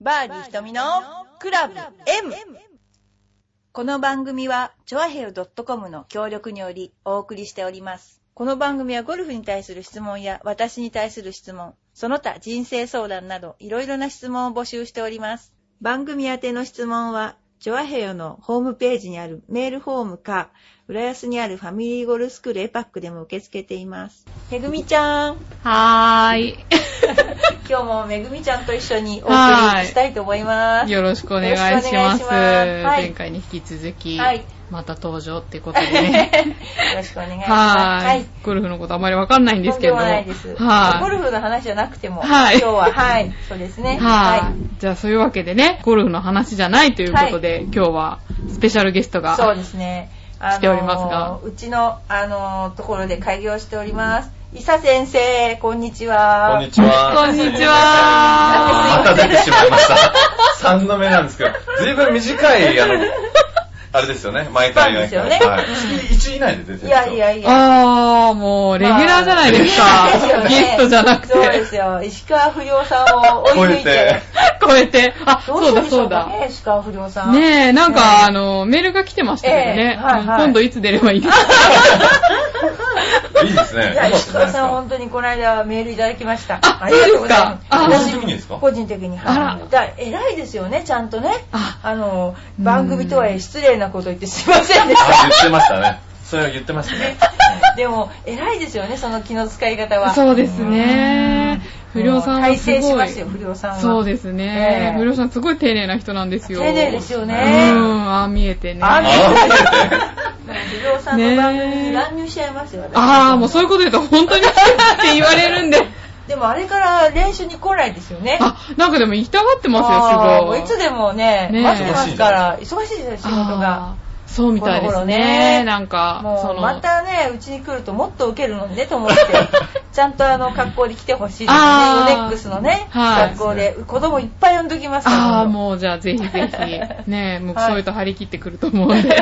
バーディー瞳のクラブ M! この番組は、チョアヘル .com の協力によりお送りしております。この番組はゴルフに対する質問や私に対する質問、その他人生相談などいろいろな質問を募集しております。番組宛ての質問は、チョアヘヨのホームページにあるメールフォームか、浦安にあるファミリーゴルフスクールエパックでも受け付けています。めぐみちゃん、はー今日もめぐみちゃんと一緒にお送りしたいと思います い。。よろしくお願いしよろましす。くお願いしますはい前回に引き続き、はいまた登場ってことで ね。よろしくお願いします。はーい,、ゴルフのことあまりわかんないんですけれども。とんでもないです。はゴーい。ルフの話じゃなくても、はい今日は、はい、そうですね。はーい。じゃあそういうわけでね、ゴルフの話じゃないということで、今日はスペシャルゲストが。そうですね。あのー来ておりますがうちの、あのーところで開業しております。伊佐先生、こんにちは。こんにちは。こんにちはまた出てしまいました。3度目なんですけど、ずいぶん短い、あの、あれですよね、毎回。そうですよねはい。1位以内で出てるんですよいやいやいや。あー、もう、レギュラーじゃないですか。まあですよねゲストじゃなくて、そうですよ。石川不良さんを追い抜いて。超えて。あ、どうそしたんうだでしそょううかだ。ね、石川不良さん。ねえ、なんねか、あの、メールが来てましたけどえね。えはいはい今度いつ出ればいいですかいいですね。いや、石川よかったじゃないですさんか本当にこの間メールいただきました。ありがとうございますそうですかあ私個人的にですか個人的に。あらだから偉いですよね、ちゃんとね。ああの、うん番組とはいえ失礼なこと言ってすいませんでしあ言ってましたね。それは言ってましたね。た。 でも、偉いですよね、その気の使い方は。そうですね。不良さんは改す正しごまい。したよ、不良さんは。そうですねえ。え不良さんすごい丁寧な人なんですよ。丁寧ですようね。ん、ああ見えてね。ああ見不良さんの番組に乱入しちゃいますよ、私あー、もうそういうこと言うと本当に って言われるんで。でもあれから練習に来ないですよね。あ、なんかでも行きたがってますあーよ、すごい。もういつでもね、ねえ待ってますから、忙しいですよ、仕事があ。ー。そうみたいこでのす頃ねね。なんか、もそうの。またね、うちに来るともっと受けるのにねと思って、 ちゃんとあの格好で来てほしいですね。あーロレックスのね、はい格好で、子供いっぱい呼んどきますからああ、もうじゃあぜひぜ ひ、ね、もうはいそういうと張り切ってくると思うんで、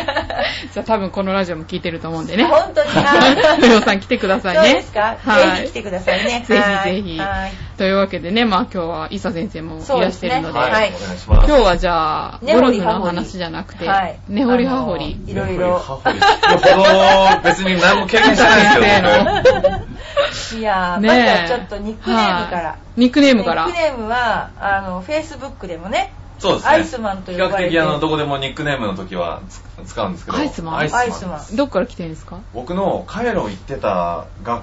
じゃあ多分このラジオも聞いてると思うんでね。本 当にはい。よよさん来てくださいどうね。ですか、はぜいひ来。てくださいね。 ぜはひいぜひはい。というわけでね、まあ今日は伊佐先生もいらしてるそうですので、ねははいい。お願いし今ます。日はじゃあ、根ゴ掘ルりフ葉掘りの話じゃなくてはい、ねほりはほり。いろいろほりほど、別に何も経験してないですけど僕、いやー、ねまえずはちょっとニックネームから。ニックネームからニック。ネームは、あの、Facebook でもね、そうですね。アイスマンと呼ばれて比較的、あの、どこでもニックネームの時はつ使うんですけど。アイスマンアイスマン。どっから来てるんですか僕のカイロ行ってた学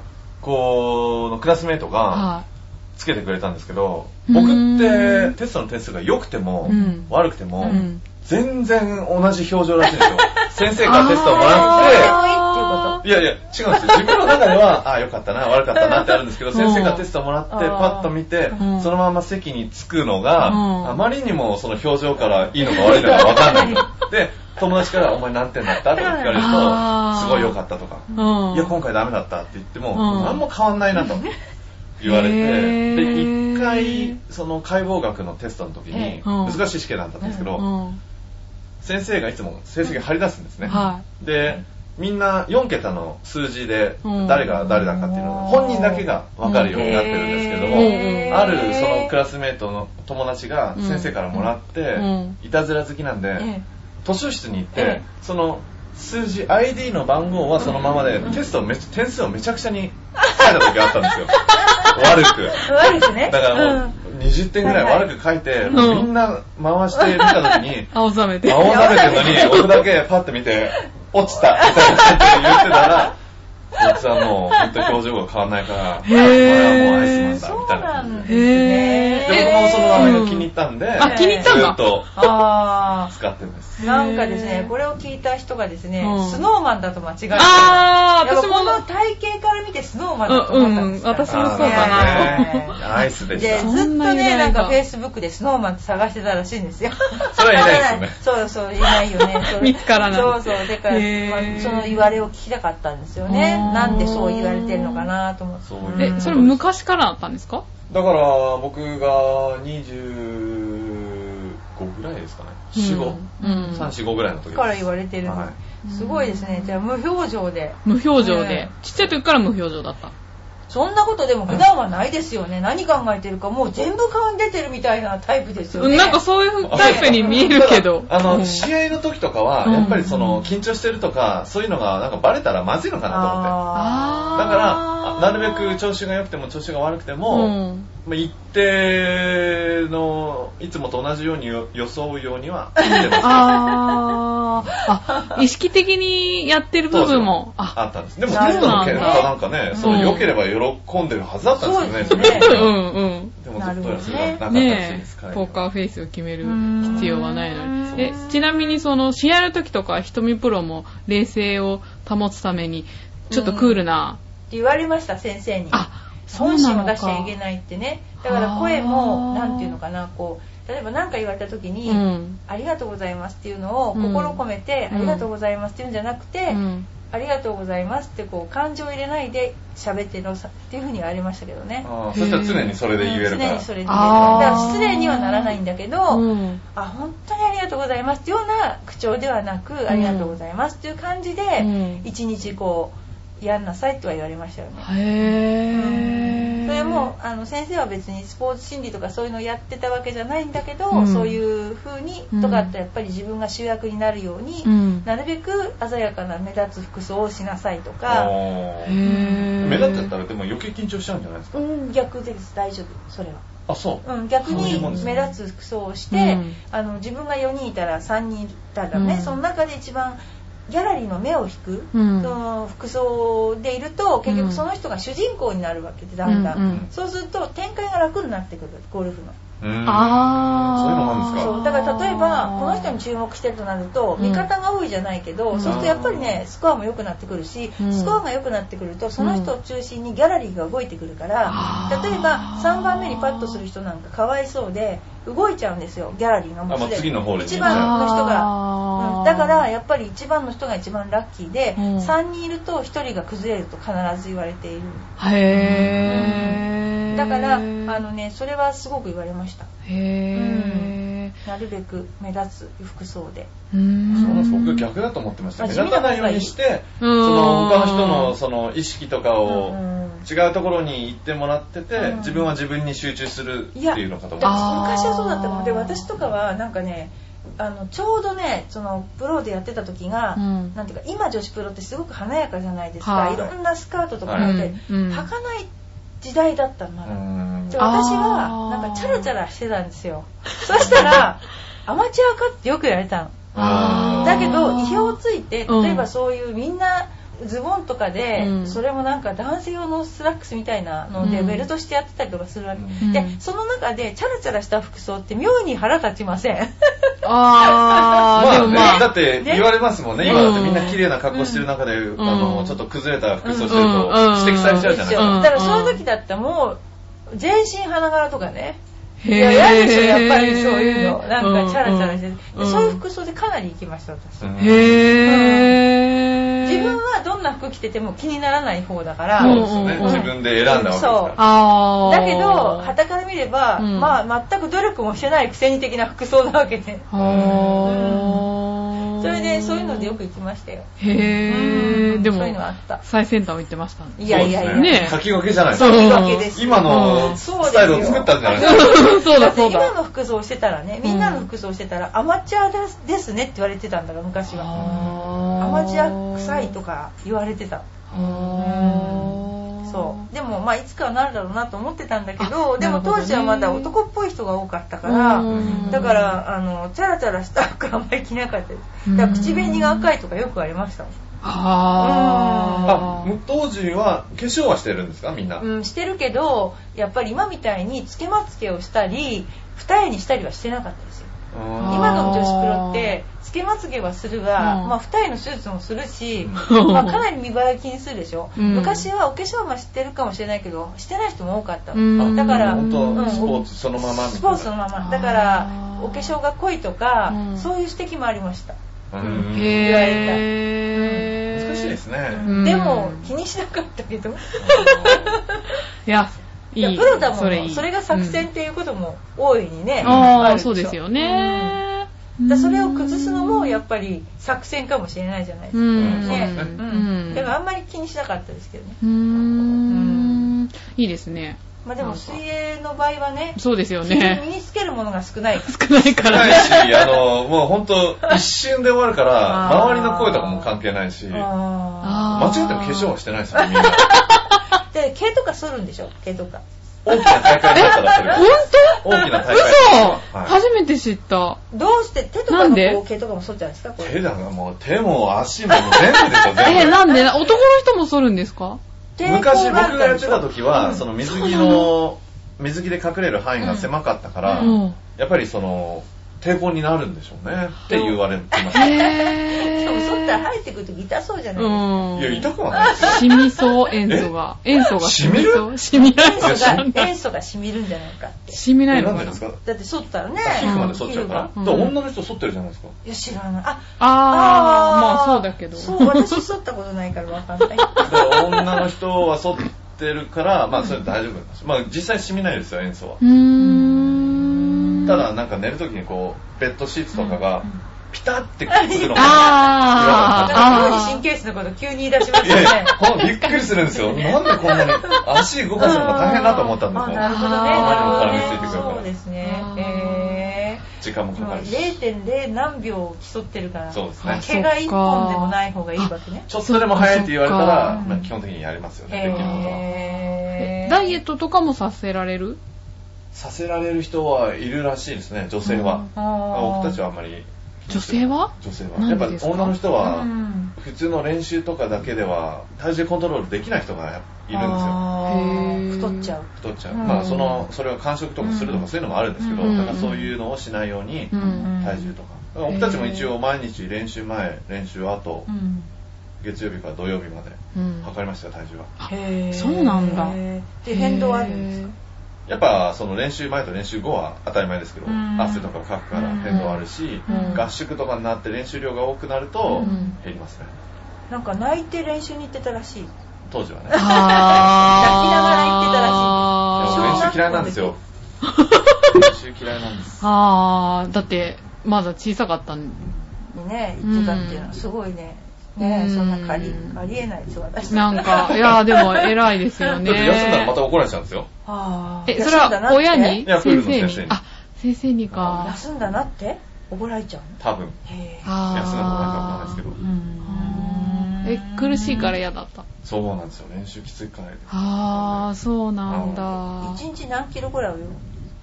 校のクラスメートがはつけてくれたんですけど、うー僕んってテストの点数が良くても、うん悪くてい。も、うん。全然同じ表情らしいんです よ。先生からテストをもあらっらて、いやいや、違うんですよ。自分の中では、ああ、良かったな、悪かったなってあるん ですけど、うん先生からテストもらって、あパーッと見てうん、そのまま席に着くのが、うんあまりにもその表情からいいのか悪いのかわかんないの。 で、友達から、お前何点だったとか聞かれるあと、ーすごい良かったとか、うんいや、今回ダメだったって言っても、うん何も変わんない なと言われて、へーで、一回、その解剖学のテストの時ええに、うん難しい試験だったんですけど、うん先生がいつも成績張り出すんですね。はで、みんな4桁の数字でうん誰が誰だかっていうのが本人だけが分かるようになってるんですけども、へーあるそのクラスメートの友達が先生からもらっうてん、いたずら好きなんで、え図書室に行っええて、その数字、ID の番号はそのままで、テストをめち点数をめちゃくちゃに書いた時があったんですよ。悪く。え悪くね。だからもう20点ぐらい悪く書いて、うんみんな回して見た時 に、い。青ざめて。青ざめてるのに、僕だけパッて見て、落ちたみたいな感じで言ってたら、こいつはもう、ほんと表情が変わんないから、こへーれはもうアイスマンだ、そみうたいなな感んじですで。ね。へーで、僕もその名前が気に入ったんで、あ、気に入ったんずだっ。とあ使ってます。ーなんかですねへ、ーこれを聞いた人がですね、うんスノーマンだと間違えてる。あー、やっ私ぱもこの体型から見てスノーマンだと思ったんですようんうん私もそうだなあ ーまあね アイスでで、しずそっうた。とんな由ね、来なんかがフェイスブックでスノーマンって探してたらしいんですよ。それはいないですよね。そうそう、いないよね。それ見つからないそうそう、だから、へーまあその言われを聞きたかったんですよね。あーなんでそう言われてるのかなと思って。そういうえ、それ昔からだったんですかだから、僕が25ぐらいですかね。4、5。うんうん3、4、5ぐらいの時ですから言われてるんはでいす。すごいですね。じゃあ、無表情で。無表情ねで。ちっちゃい時から無表情だった。そんなことでも普段はないですよね。何考えてるかもう全部顔に出てるみたいなタイプですようんね。なんかそういうタイプに見えるけど。ただあうの、ん試合の時とかは、やっぱりその、緊張してるとか、そういうのが、なんかバレたらまずいのかなと思って。あだからあーあ、なるべく調子が良くても調子が悪くても、うんまあ一定の、いつもと同じようによ装うようにはしてますあーあ、意識的にやってる部分も。あ、あったんです。でも、テそうなんだストの結果なんかね、そうのん良ければ喜んでるはずだったんですそうよでね、すね自 う分んうん。でも、ずっとやらせなかったらしいねです。え、彼ポはーカーフェイスを決めるうーん必要はないのそうに。えです、ちなみにその試合の時とか、瞳プロも冷静を保つために、ちょっとクールな、って言われました、先生に。あ、そう本な心をの出しちゃかい。けないってね。だから声も、あーなんていうのかな、こう、例えば何か言われた時に、うん。ありがとうございますっていうのをうん心込めて、うんありがとうございますっていうんじゃなくて、うんありがとうございますってこう感情を入れないで喋ってのさっていうふうに言われましたけどね。あーそしたら常にそれで言えるうかん常らに。それで言えるあーだから失礼にはならないんだけど、うんあ本当にありがとうございますっていうような口調ではなく、ありがとうございますっていう感じで、うん一日こうやんなさいとは言われましたよね。へえ。それもあの先生は別にスポーツ心理とかそういうのをやってたわけじゃないんだけど、うんそういう風にとかってやっぱり自分が主役になるように、うんなるべく鮮やかな目立つ服装をしなさいとか、あへーー目立っちゃったら、でも余計緊張しちゃうんじゃないですか。うん、逆です大丈夫それは、あ、そう。うん、逆そういにうもんですね目立つ服装をして、うんあの自分が4人いたら3人いたらね、うんその中で一番ギャラリーの目を引く、うんその服装でいると結局その人が主人公になるわけでだんだん、うんうんそうすると展開が楽になってくるゴルフの。うんあーそういうのもあるんですかそうだから例えばこの人に注目してるとなるとうん味方が多いじゃないけど、うんそうするとやっぱりねスコアも良くなってくるし、うんスコアが良くなってくるとその人を中心にギャラリーが動いてくるから、うん例えば3番目にパッとする人なんかかわいそうで動いちゃうんですよギャラリーがもうあもうすで次にの方で一番の人あが、ーうんだからやっぱり一番の人が一番ラッキーで、うん3人いると1人が崩れると必ず言われているへえ。だからあのねそれはすごく言われましたへなるべく目立つ服装で。ぇー。うーそのん僕逆だと思ってました。ま目あ立たないようにして、地そ味なの方がいい他の人のその意識とかをうんうん違うところに行ってもらっててうん、自分は自分に集中するっていやいうのかと思ってあま昔はそうだったもんであー私とかはなんかねあのちょうどねそのプロでやってた時が、うんなんていうか今女子プロってすごく華やかじゃないですか、はいい、ろんなスカートとかなんて、うんうん履かない時代だったのました。だ、うんで私はあーなんかチャラチャラしてたんですよそした らアマチュアかってよく言われたあのーだけど意表をついてうん例えばそういうみんなズボンとかで、うんそれもなんか男性用のスラックスみたいなのでうんベルトしてやってたりとかするわけ、うんうでんその中でチャラチャラした服装って妙に腹立ちませんあー、でもまあね、だまあっ。てね言われますもんね。ね今だってみんな綺麗な格好してる中で、んあうの、んちょっと崩れた服装してうるとんうん指摘されちゃうじゃないですだうんか。からそういう時だったらもう全身花柄とかねいへーや嫌でしょやっぱりそういうのなんかチャラチャラしてて、うんそういう服装でかなり行きました私、うんへぇー。自分はどんな服着てても気にならない方だから、そうですよねうん。自分で選んだわけですから。あー。だけど傍から見れば、うんまあ全く努力もしてないくせに的な服装なわけであー。それでそういうのでよく行きましたよへうぇー。んでもそういうのはあった、最先端を行ってま したね。いやいやいやそうでねすね書き分けじゃないですそうか。いいわけですよ今うのんスタイルを作ったんじゃないですか。そうだそうって今だ。の服装してたらねみんなの服装してたら、アマチュアですですねって言われてたんだから昔はアアマチュア臭いとか言われてたそそうでもまあいつかはなるだろうなと思ってたんだけあどでもなるほどね当時はまだ男っぽい人が多かったかうらんだからあのチャラチャラした服あんまり着なかったですだから口紅が赤いとかよくありましたああ、む当時は化粧はしてるんですかみんな。うんしてるけどやっぱり今みたいにつけまつけをしたり二重にしたりはしてなかったですよあ今の女子プロってつけまつげはするが、うんまあ、二重の手術もするし、うん まあ、かなり見栄え気にするでしょ、うん昔はお化粧はしてるかもしれないけどしてない人も多かった、うんだから、本当、うんスポーツそのままみたいな。スポーツのままだからあーお化粧が濃いとか、うんそういう指摘もありました、うんへわれえ難しいですね。んでも気にしなかったけど、いやいいやいプロだもんそそれれいいが作戦っていうことも大いにね、うんあるあしょそうですよねだからそれを崩すのもやっぱり作戦かもしれないじゃないですか、うねんそうですねうんうんでもあんまり気にしなかったですけどねうーんんいいですね。まあでなもんか水泳の場合はね、そうですよ身ね。につけるものが少ない。少ないか少らないね。し、あの、もう本当一瞬で終わるから、あー周りの声とかも関係ないし、間ああ違ってーも化粧はしてないですよ、みんな。あ。で、毛とか剃るんでしょ毛とか。大きな大会になったらそれ本当大きな大会嘘、はい初めて知った。どうして手となかんのでこう毛とかも剃っちゃうんですかこ手れ。だな、もう手も足も全部でしょ、え全部。なんで男の人も剃るんですか昔僕抵抗あるかがらやっでしてょた時は、その水着の、水着で隠れる範囲が狭かったから、うん。やっぱりその、抵抗になるんでしょうね、って言われてました。いへしかも剃ったらぇ生えてくると痛そうじゃないですか。ー。うん。や、痛くはないですよ。染みそう、塩素が。塩素が染みそう。染みないいや染塩み素が、塩素が染みるんじゃないかって。染みないのえかんでなですかだって剃ったらね。皮膚まで剃っちゃうから。うんだから女の人剃ってるじゃないですか。いや、知らない。あ、あー、まあそうだけど。そう、私剃ったことないからわかん ない。だから女の人は剃ってるから、まあそれ大丈夫なんです。まあ実際染みないですよ、塩素はう。ーん。ただ、なんか寝るときにこう、ベッドシーツとかが、ピタってくっつくの が、なあー、んか急あに神ー。経質のこと急に言い出しますいよやいねや。、ほんとびっくりするんで すよ。なんでこんなに足動かすのが大変だと思ったんですあ、もなるほどね。あーなるほどね。体についてくるからそうですあーね。えー。時間もか今かるし。 0.0何秒を競ってるから、そうですね毛が1本でもない方がいいわけね。ちょっとでも早いって言われたら、そっかまあ基本的にやりますよね、できることは。へえーダイエットとかもさせられるさせられる人はいるらしいですね、女性は。あー僕たちはあんまり。女性は女性は。なやっんぱでですか女の人はう、ん普通の練習とかだけでは体重コントロールできない人がいるんですよあーへー太っちゃう。太っちゃう、うんまあそのそれは間食とかするとかそういうのもあるんですけど、うんだからそういうのをしないようにうん体重とか,、だから僕たちも一応毎日練習前練習後、うん月曜日から土曜日までうん。測りましたよ体重はへーそうなんだで、変動あるんですかやっぱその練習前と練習後は当たり前ですけど、うん汗とかかくから変動あるし、うん合宿とかになって練習量が多くなるとうん減りますね、なんか泣いて練習に行ってたらしい。当時はねあー泣きながら言ってたらしい小でも学練習嫌いなんですよ練習嫌いなんですあー、だって、まだ小さかったんにね、行ってたっていうのはすごいね。ねうんそんな借り、ありえないです、私なん か、いやーでも偉いですよだって休んだらまね。た怒られちゃうんですよ。あーえ、それは親にいやプール先の生先生ににあ、先生にか。休んだなって怒られちゃう多分。のへー休んだことあないかもしれないですけーど。え、苦しいから嫌だった。そうなんですよ。練習きついからあー、そうなんだ。一日何キロぐらい泳ぐ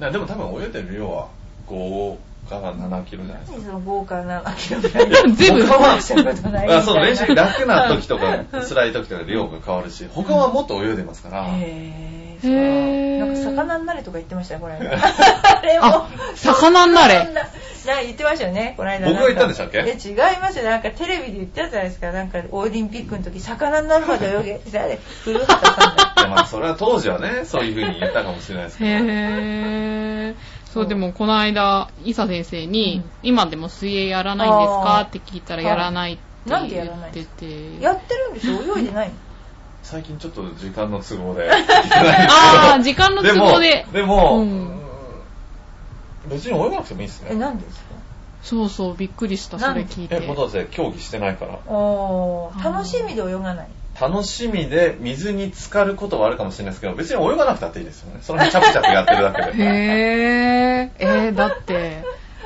なでも多分泳いでる量は5から7キロじゃないです何その豪華 なキロぐらいか。全部他はしたことないみたいなあそう練習楽な時と か辛い時とかで量が変わるし、他はもっと泳いでますから。へーへー。なんか魚になれとか言ってましたよ、この 間。あれもあ。、魚になれ。なな言ってましたよね、この間。僕が言ったんでしたっけなんかえ、違いますよ。なんかテレビで言ってたじゃないですか。なんかオリンピックの時、魚になるまで泳げっ て、あれ、古畑さんだ。いやまあそれは当時は ね、そういう風に言ったかもしれないですけへー。そうう、でもこの間、伊佐先生に、うん今でも水泳やらないんですかあーって聞いたら、やらないってあな言んでやらないんっでてすて。やってるんでしょ泳いでないのど、最近ちょっと時間の都 合で。行けないんですけどあー、時間の都合で。でも、ううんん別に泳がなくてもいいですえ、ね。なんでですかそうそう、びっくりした、それ聞いて。え、もうだって競技してないから。おーあー楽しみで泳がない。楽しみで水に浸かることはあるかもしれないですけど、別に泳がなくたっていいですよね。その辺チャプチャプやってるだけへで。ー。えー、だって、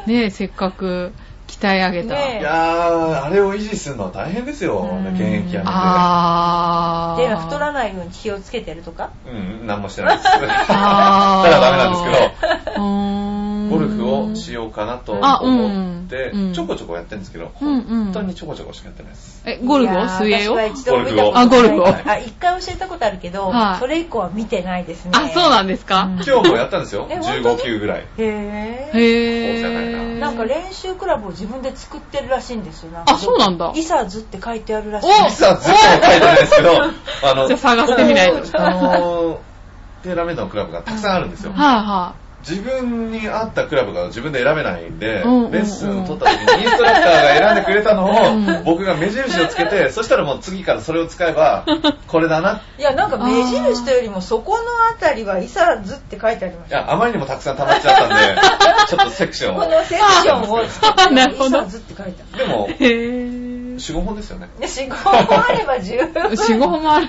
ねえ、せっかく鍛え上げた。ねえいやー、あれを維持するのは大変ですよ。うん現役やあー。で、太らないように気をつけてるとか。めて。うん、何もしてないです。ただあーダメなんですけうーんど、ゴルフをしようかなとあうん思ってうん、ちょこちょこやってるんですけど、うんうん本当にちょこちょこしかやってないです。え、ゴルフいやをー水泳を私は一度見たことないあゴルフをあ、一回教えたことあるけどはい、それ以降は見てないですね。あ、そうなんですかうん今日もやったんですよ。え本当に15球ぐらい。へー。へそうじゃないー。ななんか練習クラブを自分で作ってるらしいんですよ。あ、そうなんだ。イサーズって書いてあるらしい。お実はずっと書いてないですけど、あの、じゃあ探してみないとここあの、テーラメイドのクラブがたくさんあるんですよ。はいは自分に合ったクラブが自分で選べないんで、うんうんうんレッスンを取った時にインストラクターが選んでくれたのうんを、僕が目印をつけて、そしたらもう次からそれを使え ば、これだな。いや、なんか目印というよりも、そこのあたりはイサーズって書いてありましいた。や、あまりにもたくさん溜まっちゃったん で、ちょっとセクショこンを。のセクションを作って、なるほどイサーズって書いてある。でも、い。へー。 4、5本ですよね。で、思考もあれば十分。四五本もある。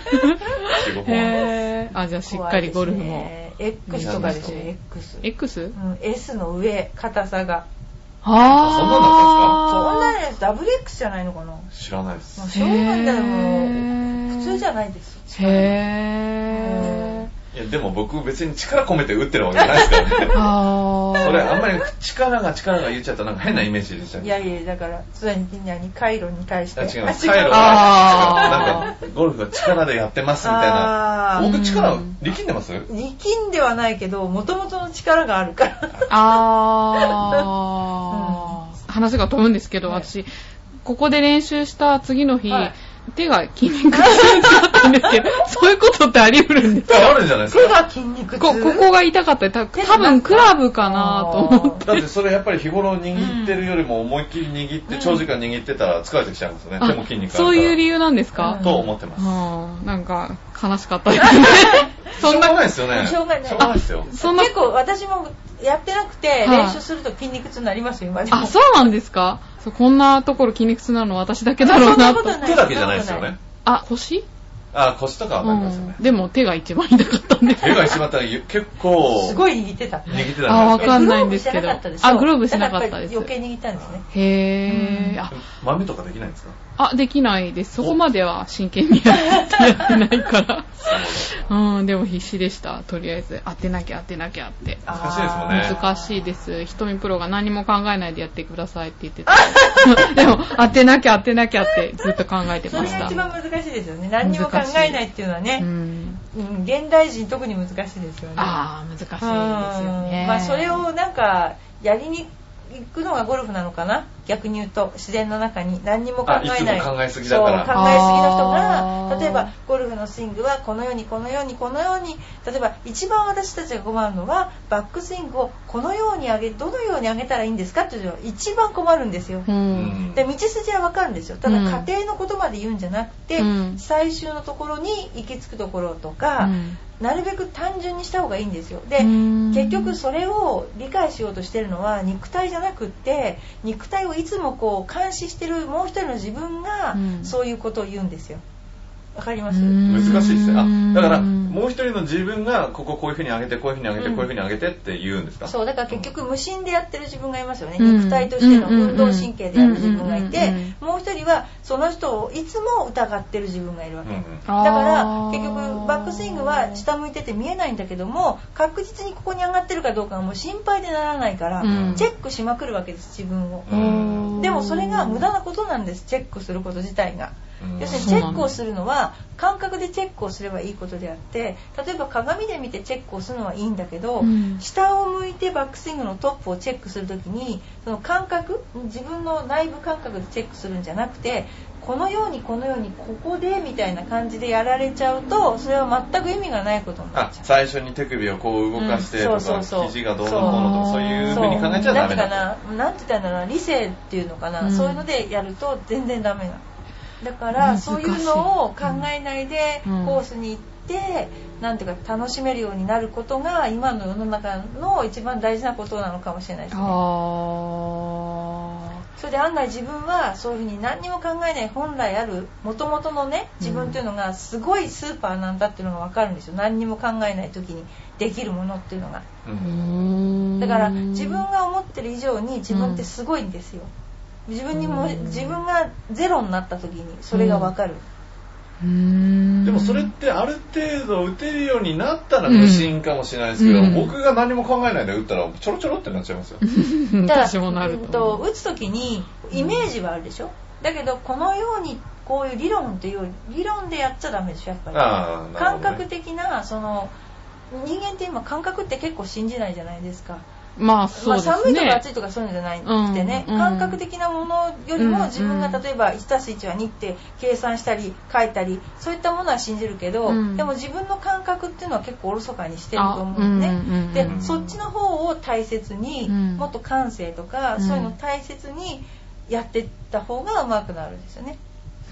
四五 本。へえー、あ、じゃあしっかりゴルフも。 X とかですよ、X。 X? うん、S の上、硬さが。そんはなです。ダブル X じゃないのかなも知らないですう。しょうがないんだよ、もう。へー普通じゃないですよ。へえ。いや、でも僕別に力込めて打ってるわけじゃないですから ね。あー。それあんまり力が力が言っちゃったらなんか変なイメージでしたいね。やいや、だから、常に何、カイロに対して。あ違う、あカイロあーは、なんか、ゴルフは力でやってますみたいあな。ー僕力力んでます力んではないけど、もともとの力があるから。あー。話が飛ぶんですけど、はい私、ここで練習した次の日、はい手が筋肉痛だったんで すけど、そういうことってあり得るんですあるんじゃないです手か。が筋肉痛こ、ここが痛かった。た手で多分クラブかなと思って。だってそれやっぱり日頃握ってるよりも思いっきり握って、長時間握ってたら疲れてきちゃうんですよね。手も筋肉あるから。そういう理由なんですか、と思ってまうす。ん、なんか悲しかった ですね。そんしょうがなな、いですよね。しょうがないしょうがないですよ。そんな結構私もやってなくて、はい練習すると筋肉痛になりますよ、今でも。あ、そうなんですかそうこんなところ筋肉痛なの私だけだろうなそんなことと。ない手だけじゃないですよね。あ、腰あ、腰とかはなりますよねう。んでも手が一番痛かったんです。手が一番たら結構、すいごい握ってた。握ってたんじゃあないわですかか。んないんですけどあグローブしなかだったですらやっぱり余計握ったんですね。へー。あ、豆とかできないんですかあ、できないです。そこまでは真剣にやってやってないから。うん、でも必死でした。とりあえず、当てなきゃ当てなきゃって。難しいですもんね難しいです。瞳プロが何も考えないでやってくださいって言ってた。 でも、当てなきゃ当てなきゃってずっと考えてそまれしがた一。番難しいですよね。何にも考えないっていうのはうね、ん。うん現代人特に難しいですよね。ああ、難しいですよねう。んまあそれをなんか、やりに行くのがゴルフなのかな逆に言うと、自然の中に何にも考えない。あいつも考えすぎだからそう、考えすぎの人あが、ー例えばゴルフのスイングはこのようにこのようにこのように、例えば一番私たちが困るのは、バックスイングをこのように上げ、どのように上げたらいいんですかっていうのが一番困るんですよ。うん。で道筋はわかるんですよただうん家庭のことまで言うんじゃなくて、うん最終のところに行き着くところとか、うんなるべく単純にした方がいいんですよで、うん結局それを理解しようとしてるのは肉体じゃなくって肉体をいつもこう監視してるもう一人の自分がうんそういうことを言うんですよわかります、うん難しいですよ。あ、だから、うんもう一人の自分が、こここういう風に上げて、こういう風にう上げて、んこういう風に上げてって言うんですかそうだから結局無心でやってる自分がいますよね、うん肉体としての運動神経でやる自分がいて、うんもう一人はその人をいつも疑ってる自分がいるわうんけ、うん。だから結局バックスイングは下向いてて見えないんだけども確実にここに上がってるかどうかがもう心配でならないから、うんチェックしまくるわけです自分を、うんでもそれが無駄なことなんですチェックすること自体が、うん要するにチェックをするのは感覚でチェックをすればいいことであって例えば鏡で見てチェックをするのはいいんだけど、うん下を向いてバックスイングのトップをチェックするときにその感覚自分の内部感覚でチェックするんじゃなくてこのようにこのようにここでみたいな感じでやられちゃうとそれは全く意味がないことになあっちゃう。最初に手首をこう動かしてとうんそうか、そうそう肘がどうのこうのとか、そういう風に考えちゃなダメんてだかななんて言ったんだろうな理性っていうのかな、うんそういうのでやると全然ダメなのだか難らしいそういうのを考えないでうんコースに行って、なんていうか楽しめるようになることが今の世の中の一番大事なことなのかもしれないですねあそれで案外自分はそういうふうに何にも考えない本来ある元々のね自分というのがすごいスーパーなんだっていうのが分かるんですよ何にも考えない時にできるものっていうのがうーうんんだから自分が思ってる以上に自分ってすごいんですよ自分にもうん自分がゼロになった時にそれが分かるうーんでもそれってある程度打てるようになったら無心かもしれないですけど、うん僕が何も考えないで打ったらちょろちょろってなっちゃいますよ。だから 私もなるうんとと思う打つ時にイメージはあるでしょだけどこのようにこういう理論っていうより理論でやっちゃダメでしょやっぱりああ、なるほ感ど、ね。覚的なその人間って今感覚って結構信じないじゃないですか、まあそうまあ、ですね、寒いとか暑いとかそういうのじゃないくてね、うんうん感覚的なものよりうんも自分がうん例えば 1+1 は2って計算したり書いたりそういったものは信じるけど、うんでも自分の感覚っていうのは結構おろそかにしてると思うのね、あうんうんうんでそっちの方を大切に、うんもっと感性とか、うんそういうのを大切にやってった方がうまくなるんですよね。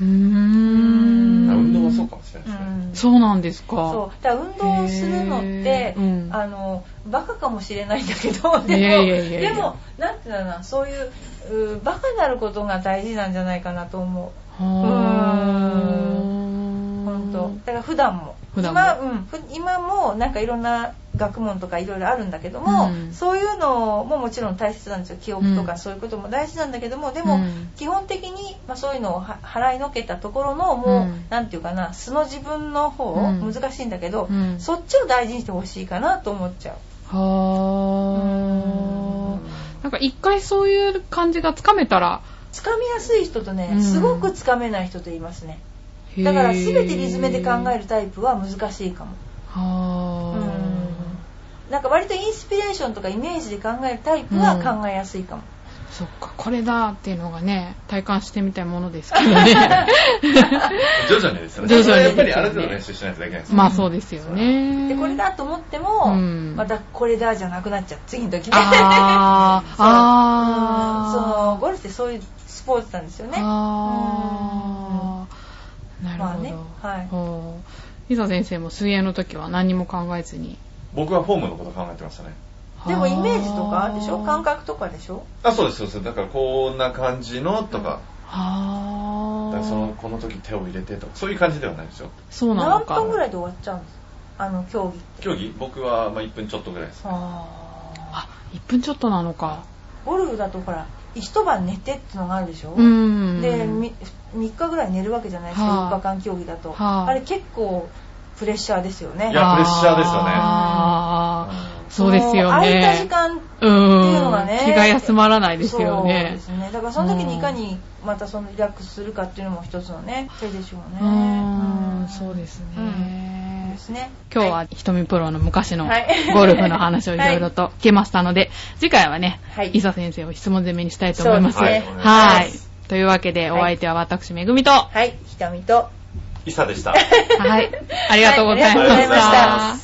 うーんあ運動はそうかもしれないですね。うんそうなんですかそうだから運動をするのっへて、ーうんあのバカかもしれないんだけ どでもいやいやいやいやでもなんていうのかなそういううーバカになることが大事なんじゃないかなと思うはー本当だから普段も普段も今,、うん、ふ今もなんかいろんな学問とかいろいろあるんだけども、うんそういうのももちろん大切なんですよ記憶とうかんそういうことも大事なんだけどもでも、うん基本的に、まあ、そういうのをは払いのけたところのもう、うんなんていうかな素の自分の方、うん難しいんだけど、うんそっちを大事にしてほしいかなと思っちゃう。はー。なんか一回そういう感じがつかめたら、つかみやすい人とね、うんすごくつかめない人と言いますねへーだから全て理詰めで考える。タイプは難しいかもはうんなんか割とインスピレーションとかイメージで考えるタイプは考えやすいかも、ー。そっか、これだっていうのがね、体感してみたいものですけ どね。徐々にですよ徐々にね。それはやっぱりある程度練習しないといけないですよねまあそうですよね。でこれだと思っても、うんまたこれだじゃなくなっちゃう次の時ねあーそうあーうん そのゴルフってそういうスポーツなんですよねあーなるほまど、あねはいほういざ先生も水泳の時は何も考えずに僕はフォームのこと考えてましたね。でもイメージとかでしょ感覚覚とかでしょあ、そうです、そうです。だからこんな感じのとか、だあからーその、この時手を入れてとか、そういう感じではないですよ。そうな何のか分ぐらいで終わっちゃうんですあの競技って競技僕はまあ1分ちょっとぐらいです。あ1分ちょっとなのかゴルフだとほら一晩寝てってのがあるでしょ、うんで 3, 日ぐらい寝るわけじゃないですか、はい4日間競技だと、はいあれ結構プレッシャーですよねいやプレッシャーですよねあーそうですよねその空いた時間うんっていうのがね気が休まらないですよそうねですねだからその時にいかにまたそのリラックスするかっていうのも一つのね手でしょうねうんそうですね、うんですね今日は瞳プロの昔のはいゴルフの話をいろい ろと聞けましたので、次回はね、はい伊佐先生を質問攻めにしたいと思います。そうですねははいい。というわけで、お相手は私、めぐみと、ははいひとみとイサでした。い。ありがとうございまはいありがとうございしまたし。